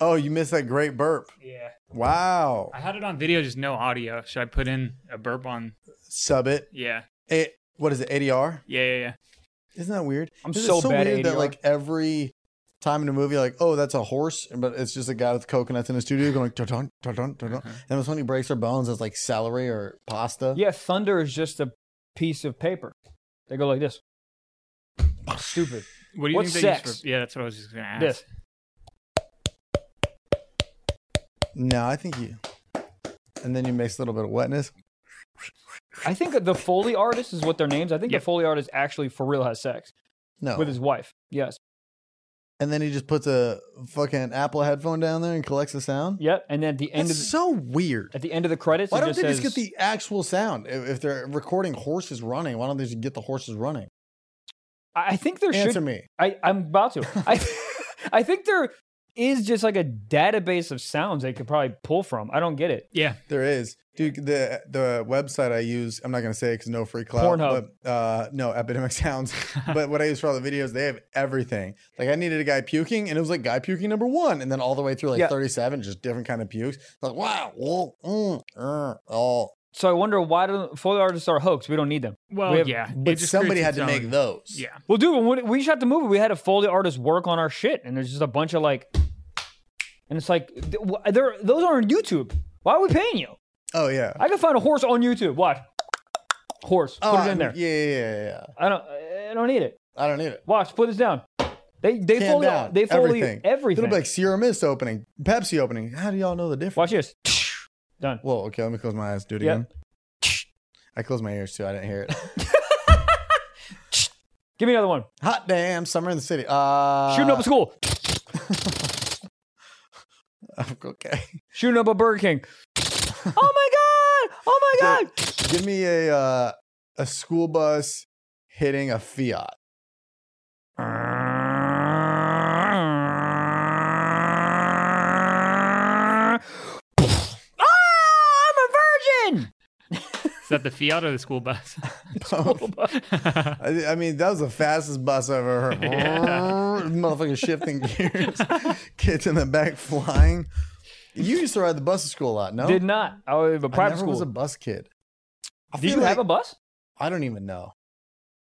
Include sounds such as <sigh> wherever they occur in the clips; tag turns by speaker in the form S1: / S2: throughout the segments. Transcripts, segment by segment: S1: Oh, you missed that great burp.
S2: Yeah.
S1: Wow.
S2: I had it on video, just no audio. Should I put in a burp on?
S1: Sub it.
S2: Yeah.
S1: Eh, what is it? ADR?
S2: Yeah, yeah, yeah.
S1: Isn't that weird?
S3: I'm
S1: Isn't it
S3: so bad at
S1: weird that
S3: ADR.
S1: like every time in a movie, like, oh, that's a horse, but it's just a guy with coconuts in a studio going ta-dun, ta-dun, ta-dun. And it's when he breaks their bones, it's like celery or pasta.
S3: Uh-huh. Yeah, thunder is just a piece of paper. They go like this. Stupid.
S2: What do you
S3: What's
S2: think they use
S3: sex?
S2: for- Yeah, that's what I was just gonna ask.
S3: This.
S1: No, I think you. And then you mix a little bit of wetness.
S3: I think the Foley artist is what their names. I think
S2: Yep.
S3: the Foley artist actually for real has sex
S1: No.
S3: with his wife. Yes.
S1: and then he just puts a fucking Apple headphone down there and collects the sound.
S3: Yep. And then at the end
S1: That's
S3: of the,
S1: so weird.
S3: at the end of the credits,
S1: Why
S3: it
S1: don't
S3: just
S1: they
S3: says,
S1: just get the actual sound? If, if they're recording horses running, why don't they just get the horses running?
S3: I I think there
S1: Answer
S3: should.
S1: me.
S3: I I'm about to.
S1: <laughs>
S3: I I think there is just like a database of sounds they could probably pull from. I don't get it.
S2: Yeah.
S1: There is, dude. The the website I use, I'm not gonna say because no free cloud,
S3: Pornhub.
S1: but uh, no epidemic <laughs> sounds. but what I use for all the videos, they have everything. Like I needed a guy puking, and it was like guy puking number one, and then all the way through like
S3: Yeah.
S1: 37, just different kind of pukes. Like wow, whoa, mm, er, oh.
S3: So I wonder why do Foley artists are a hoax? We don't need them.
S2: Well,
S3: We have-
S2: yeah. it
S1: But
S2: just
S1: somebody had
S2: creates
S1: to
S2: its
S1: make
S2: own-
S1: those.
S2: Yeah.
S3: Well, dude, when we- we shot the movie, we had a Foley artist work on our shit, and there's just a bunch of like, and it's like, th- wh- there those are on YouTube. Why are we paying you?
S1: Oh yeah.
S3: I can find a horse on YouTube. Watch, horse. Put
S1: oh,
S3: it in there.
S1: Yeah, yeah, yeah, yeah.
S3: I don't. I don't need it.
S1: I don't need it.
S3: Watch. Put this down. They they
S1: Hand
S3: Foley
S1: down,
S3: they Foley
S1: everything.
S3: everything.
S1: It'll be like Sierra Mist opening, Pepsi opening. How do y'all know the difference?
S3: Watch this. Done.
S1: Whoa, okay, let me close my eyes. Do it
S3: Yeah.
S1: again. I closed my ears too. I didn't hear it.
S3: Give me another one.
S1: Hot damn, summer in the city. Uh,
S3: Shooting up a school.
S1: <laughs> Okay.
S3: Shooting up a Burger
S1: <laughs>
S3: King. oh my god! Oh my god!
S1: Give me a uh, a school bus hitting a Fiat.
S3: <laughs> Ah, I'm a virgin.
S2: Is that the Fiat or the school bus?
S1: <laughs> I, I mean, that was the fastest bus I've ever
S3: <laughs>
S1: heard. <laughs> Motherfucker shifting gears, kids in the back flying. You used to ride the bus to school a lot, no?
S3: Did not. I was a
S1: I
S3: private
S1: never
S3: school.
S1: was a bus kid. I
S3: Did
S1: feel
S3: you have
S1: like-
S3: a bus?
S1: I don't even know.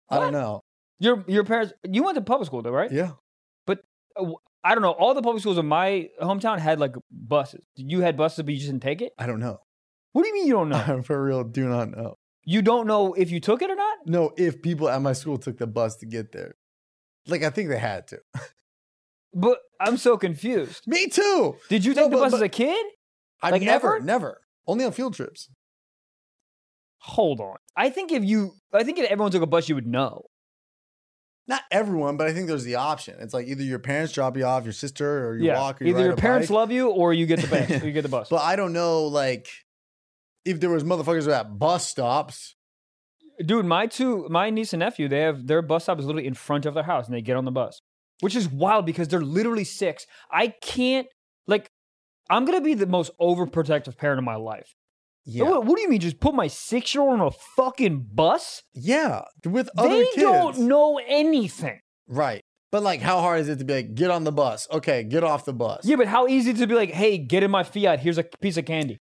S1: I
S3: What?
S1: don't know.
S3: Your your parents? You went to public school though, right?
S1: Yeah.
S3: I don't know. All the public schools in my hometown had like buses. You had buses, but you just didn't take it.
S1: I don't know.
S3: What do you mean
S1: <laughs>
S3: you don't know?
S1: I for real do not know.
S3: you don't know if you took it or not?
S1: No, if people at my school took the bus to get there. Like I think they had to.
S3: But I'm so confused.
S1: Me too.
S3: Did you
S1: No,
S3: take the
S1: but-
S3: bus
S1: but-
S3: as a kid?
S1: I
S3: Like,
S1: never,
S3: ever?
S1: never. Only on field trips.
S3: Hold on. I think if you, I think if everyone took a bus, you would know.
S1: Not everyone, but I think there's the option. It's like either your parents drop you off, your sister, or you walk, or you
S3: Either
S1: ride
S3: your
S1: a
S3: parents
S1: bike.
S3: love you or you get the bus.
S1: <laughs>
S3: you get the bus.
S1: But I don't know, like, if there was motherfuckers at bus stops.
S3: Dude, my two, my niece and nephew, they have their bus stop is literally in front of their house, and they get on the bus, which is wild because they're literally six. I can't like. I'm gonna be the most overprotective parent of my life.
S1: Yeah,
S3: What, what do you mean? Just put my six year old on a fucking bus?
S1: yeah, with other
S3: they
S1: kids.
S3: don't know anything.
S1: Right, but like, how hard is it to be like, get on the bus? Okay, get off the bus.
S3: Yeah, but how easy to be like, hey, get in my Fiat. Here's a piece of candy.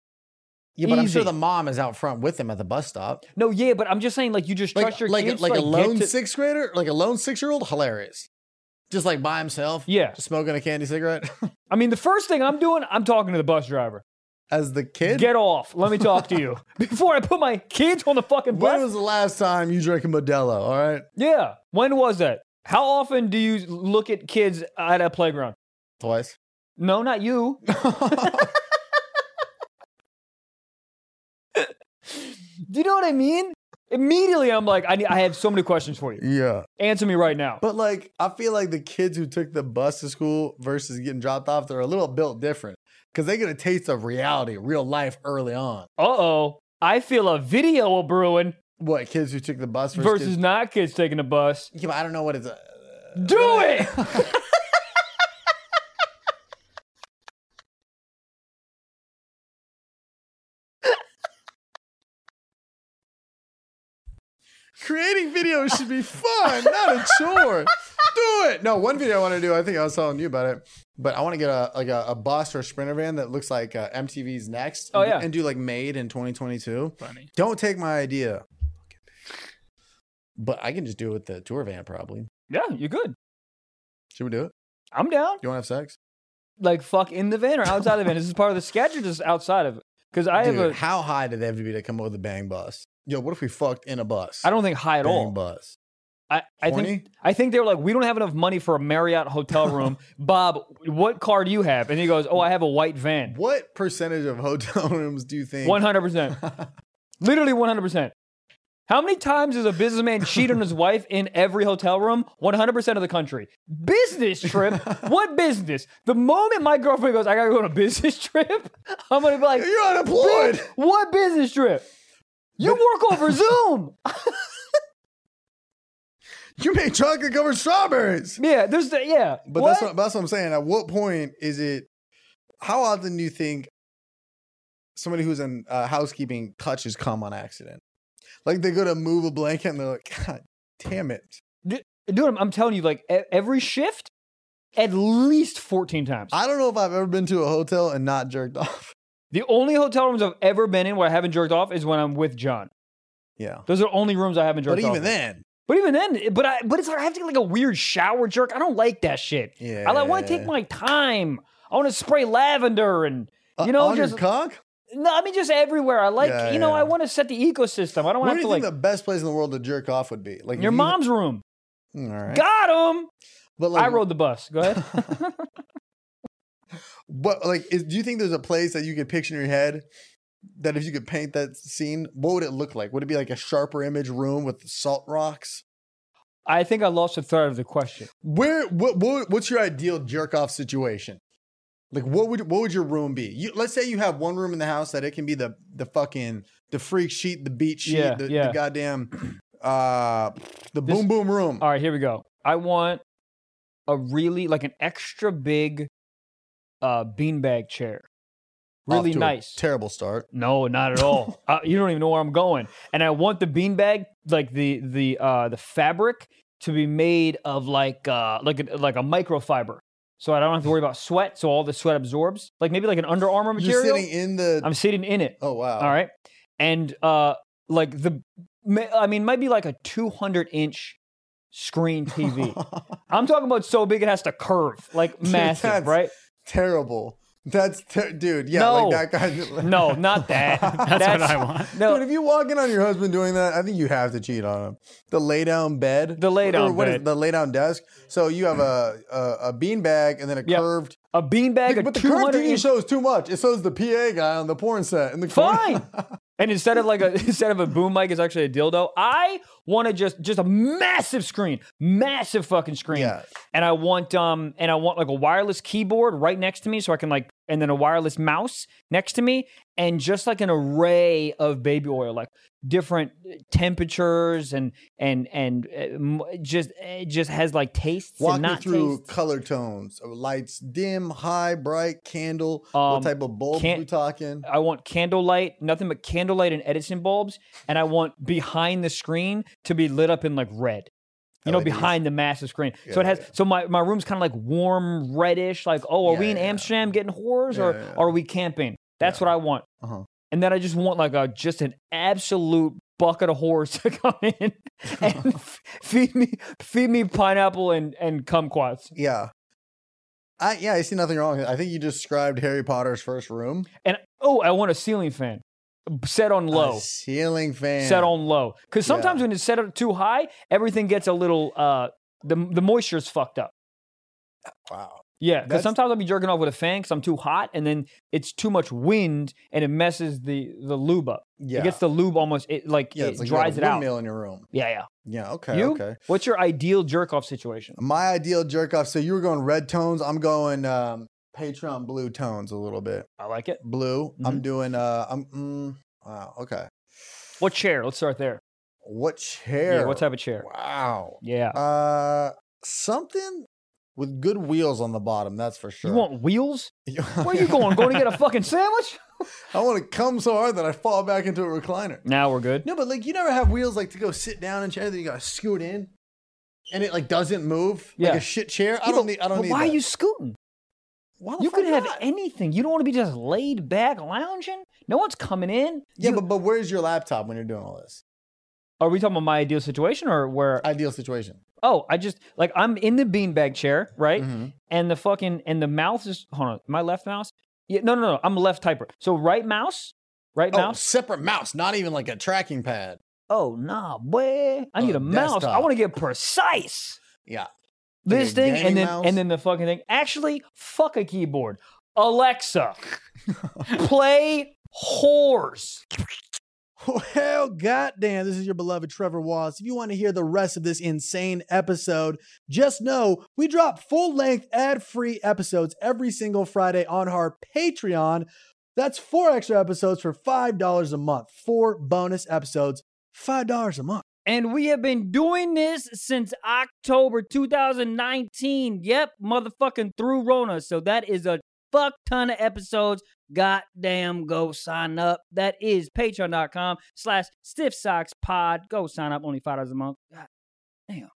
S1: yeah, but I'm sure
S3: easy.
S1: the mom is out front with them at the bus stop.
S3: No, yeah, but I'm just saying, like, you just trust
S1: like,
S3: your
S1: like,
S3: kids.
S1: like
S3: to,
S1: a
S3: get
S1: lone
S3: to-
S1: sixth grader, like a lone six year old, hilarious. Just like by himself,
S3: Yeah.
S1: smoking a candy cigarette <laughs>
S3: I mean, the first thing I'm doing, I'm talking to the bus driver.
S1: as the kid.
S3: Get off. Let me talk
S1: <laughs>
S3: to you before I put my kids on the fucking
S1: when
S3: bus.
S1: was the last time you drank a Modelo? All right,
S3: yeah. When was that? How often do you look at kids at a playground?
S1: twice.
S3: No,
S1: <laughs>
S3: not you. Do you know what I mean? Immediately, I'm like, I, need, I have so many questions for you.
S1: yeah,
S3: Answer me right now.
S1: but like I feel like the kids who took the bus to school versus getting dropped off, they're a little built different because they get a taste of reality, real life early on.
S3: Uh oh. I feel a video of brewing
S1: What kids who took the bus versus?
S3: versus
S1: kids-
S3: not kids taking a bus.
S1: Yeah, but I don't know what it's. Uh,
S3: Do it.
S1: <laughs> creating videos should be fun, not a chore. do it. No, one video I want to do. I think I was telling you about it, but I want to get a like a, a bus or a sprinter van that looks like uh, MTV's Next.
S3: Oh,
S1: and-
S3: yeah.
S1: and do like Made in 2022.
S2: <laughs> Funny.
S1: Don't take my idea. But I can just do it with the tour van probably.
S3: Yeah, you're good.
S1: Should we do it?
S3: I'm down.
S1: You want to have sex?
S3: Like fuck in the van or outside the van. Is this part of the sketch or just outside of it? Because I
S1: Dude,
S3: have a.
S1: how high did they have to be to come up with a bang bus? Yo, what if we fucked in a bus?
S3: I don't think high at
S1: bang
S3: all.
S1: bus.
S3: I, I think
S1: Horny?
S3: I think they were like, we don't have enough money for a Marriott
S1: <laughs>
S3: hotel room. Bob, what car do you have? And he goes, oh, I have a white van.
S1: What percentage of hotel <laughs> rooms do you think?
S3: One
S1: <laughs>
S3: hundred percent, literally one hundred percent. How many times does a businessman
S1: <laughs>
S3: cheat on his wife in every hotel room? One hundred percent of the country.
S1: <laughs>
S3: Business trip? what business? The moment my girlfriend goes, I gotta go on a business <laughs> trip, I'm gonna be like,
S1: You're unemployed.
S3: what business trip? You
S1: <laughs>
S3: work over Zoom.
S1: You make chocolate covered strawberries.
S3: Yeah, there's the, yeah.
S1: But
S3: what?
S1: that's what, that's what I'm saying. At what point is it? How often do you think somebody who's in uh, housekeeping touches cum on accident? Like they go to move a blanket and they're like, God damn it!
S3: dude I'm, I'm telling you like e- every shift at least 14 times
S1: I don't know if I've ever been to a hotel and not jerked <laughs> off.
S3: the only hotel rooms i've ever been in where i haven't jerked off is when i'm with john
S1: Yeah,
S3: those are the only rooms i haven't jerked
S1: but
S3: off
S1: even
S3: in.
S1: then,
S3: but even then but i but it's like i have to get like a weird shower jerk i don't like that shit
S1: yeah,
S3: i like, want to take my time i want to spray lavender and you know,
S1: on
S3: just-
S1: your Uh, cock.
S3: no i mean just everywhere i like
S1: Yeah,
S3: you know
S1: yeah.
S3: i want to set the ecosystem i don't
S1: Where
S3: want
S1: do
S3: to
S1: you
S3: like
S1: think the best place in the world to jerk off would be? Like
S3: your
S1: if you-
S3: mom's room
S1: Mm, All right,
S3: got him
S1: but like,
S3: i rode the bus
S1: <laughs>
S3: go ahead
S1: What like is, do you think there's a place that you could picture in your head that if you could paint that scene, what would it look like? Would it be like a sharper image room with salt rocks?
S3: i think i lost the thread of the question
S1: Where what, what what's your ideal jerk off situation? Like what would what would your room be? You, let's say you have one room in the house that it can be the the fucking the freak sheet, the beat sheet,
S3: Yeah,
S1: the,
S3: yeah.
S1: the goddamn uh the
S3: This-
S1: boom boom room.
S3: All right, here we go. I want a really like an extra big uh beanbag chair.
S1: Off
S3: Really
S1: to a
S3: nice.
S1: terrible start.
S3: no, not at all. <laughs> uh, you don't even know where I'm going. And I want the beanbag like the the uh the fabric to be made of like uh like a, like a microfiber. So I don't have to worry about sweat, so all the sweat absorbs. Like maybe like an Under Armour
S1: You're
S3: material.
S1: sitting in the
S3: I'm sitting in it.
S1: Oh wow. <laughs>
S3: All right. And uh like the ma- I mean might be like a 200 inch
S1: <laughs>
S3: screen TV. I'm talking about so big it has to curve,
S1: <laughs>
S3: like
S1: Dude,
S3: massive,
S1: that's-
S3: right?
S1: terrible. That's ter- dude. Yeah,
S3: No.
S1: like that guy.
S3: <laughs>
S1: <laughs>
S3: No, not that.
S2: That's, what I want.
S1: Dude,
S3: No,
S1: if you walk in on your husband doing that, I think you have to cheat on him. The lay down bed,
S3: The lay-down
S1: or what is
S3: bed.
S1: the lay down desk. So you have a a, a bean bag and then a
S3: Yep.
S1: curved.
S3: a beanbag, a
S1: but the curved
S3: 200
S1: TV <laughs>
S3: inch.
S1: shows too much. It shows the PA guy on the porn set in the corner.
S3: Fine. And instead of like a <laughs> instead of a boom mic, it's actually a dildo. I want to just just a massive screen, massive fucking screen.
S1: Yeah.
S3: And I want um and I want like a wireless keyboard right next to me, so I can like and then a wireless mouse next to me, and just like an array of baby oil, like different uh, temperatures and and and uh, m- just it just has like tastes.
S1: Walk
S3: and
S1: me
S3: not
S1: through
S3: tastes.
S1: color tones, Uh, lights, dim, high, bright, candle.
S3: Um, Uh,
S1: what type of bulb
S3: can't-
S1: we talking?
S3: I want candlelight, nothing but candlelight and Edison bulbs, and I want behind the screen to be lit up in like red. You know,
S1: LEDs.
S3: behind the massive screen. so
S1: Yeah,
S3: it has.
S1: yeah.
S3: So my, my room's kind of like warm reddish. Like, oh, are
S1: Yeah,
S3: we in
S1: yeah, yeah.
S3: Amsterdam getting whores,
S1: Yeah,
S3: or
S1: yeah, yeah.
S3: are we camping? That's
S1: Yeah.
S3: what I want.
S1: Uh-huh.
S3: And then I just want like a just an absolute bucket of whores <laughs> to come in
S1: <laughs>
S3: and f- feed me feed me pineapple and and kumquats.
S1: Yeah. I yeah, I see nothing wrong. with it. I think you described Harry Potter's first room.
S3: And oh, I want a ceiling fan set on low.
S1: A ceiling fan.
S3: set on low because
S1: Yeah.
S3: sometimes when it's set up too high everything gets a little uh the, the moisture's fucked up
S1: Wow.
S3: yeah because
S1: That's-
S3: sometimes i'll be jerking off with a fan because i'm too hot and then it's too much wind and it messes the the lube up
S1: Yeah.
S3: it gets the lube almost it like
S1: yeah,
S3: it
S1: it's like you got
S3: dries
S1: a
S3: it out
S1: windmill in your room.
S3: yeah yeah
S1: Yeah. Okay.
S3: You?
S1: Okay.
S3: what's your ideal jerk off situation
S1: My ideal jerk off. So you were going red tones. I'm going um, Patreon blue tones a little bit.
S3: i like it
S1: Blue.
S3: Mm-hmm.
S1: I'm doing. Uh, I'm. Mm, wow. Okay.
S3: what chair let's start there
S1: What chair?
S3: yeah, what type of chair
S1: Wow.
S3: yeah
S1: Uh, something with good wheels on the bottom. That's for sure.
S3: you
S1: <laughs>
S3: want wheels where are you going going to get a fucking sandwich
S1: I want to come so hard that I fall back into a recliner.
S3: now we're good
S1: No, but like you never have wheels like to go sit down and chair. Then you gotta scoot in. and it like doesn't move like
S3: Yeah.
S1: a shit chair. I
S3: Yeah,
S1: don't
S3: but-
S1: need. I don't
S3: but
S1: need.
S3: Why
S1: that.
S3: are you scooting?
S1: Why the
S3: You
S1: fuck
S3: could have
S1: not?
S3: anything. You don't want to be just laid back lounging. No one's coming in.
S1: Yeah,
S3: You-
S1: but but where's your laptop when you're doing all this?
S3: are we talking about my ideal situation or where?
S1: Ideal situation.
S3: oh, I just like I'm in the beanbag chair, right?
S1: Mhm.
S3: and the fucking and the mouse is hold on my left mouse yeah no no no i'm a left typer so right mouse right
S1: Oh,
S3: mouse
S1: separate mouse, not even like a tracking pad.
S3: oh nah boy i
S1: Oh,
S3: need a mouse i
S1: desktop.
S3: want to get precise
S1: Yeah. Need
S3: this
S1: a
S3: thing
S1: gaming
S3: and then
S1: mouse?
S3: and then the fucking thing actually fuck a keyboard alexa
S1: <laughs>
S3: play whores
S1: <laughs> Well, goddamn, this is your beloved Trevor Wallace. If you want to hear the rest of this insane episode, just know we drop full length ad free episodes every single Friday on our Patreon. That's four extra episodes for $5 a month, four bonus episodes, $5 a month.
S3: and we have been doing this since october 2019 yep motherfucking through rona so that is a fuck ton of episodes goddamn go sign up that is patreon.com slash stiff socks pod go sign up only five dollars a month god damn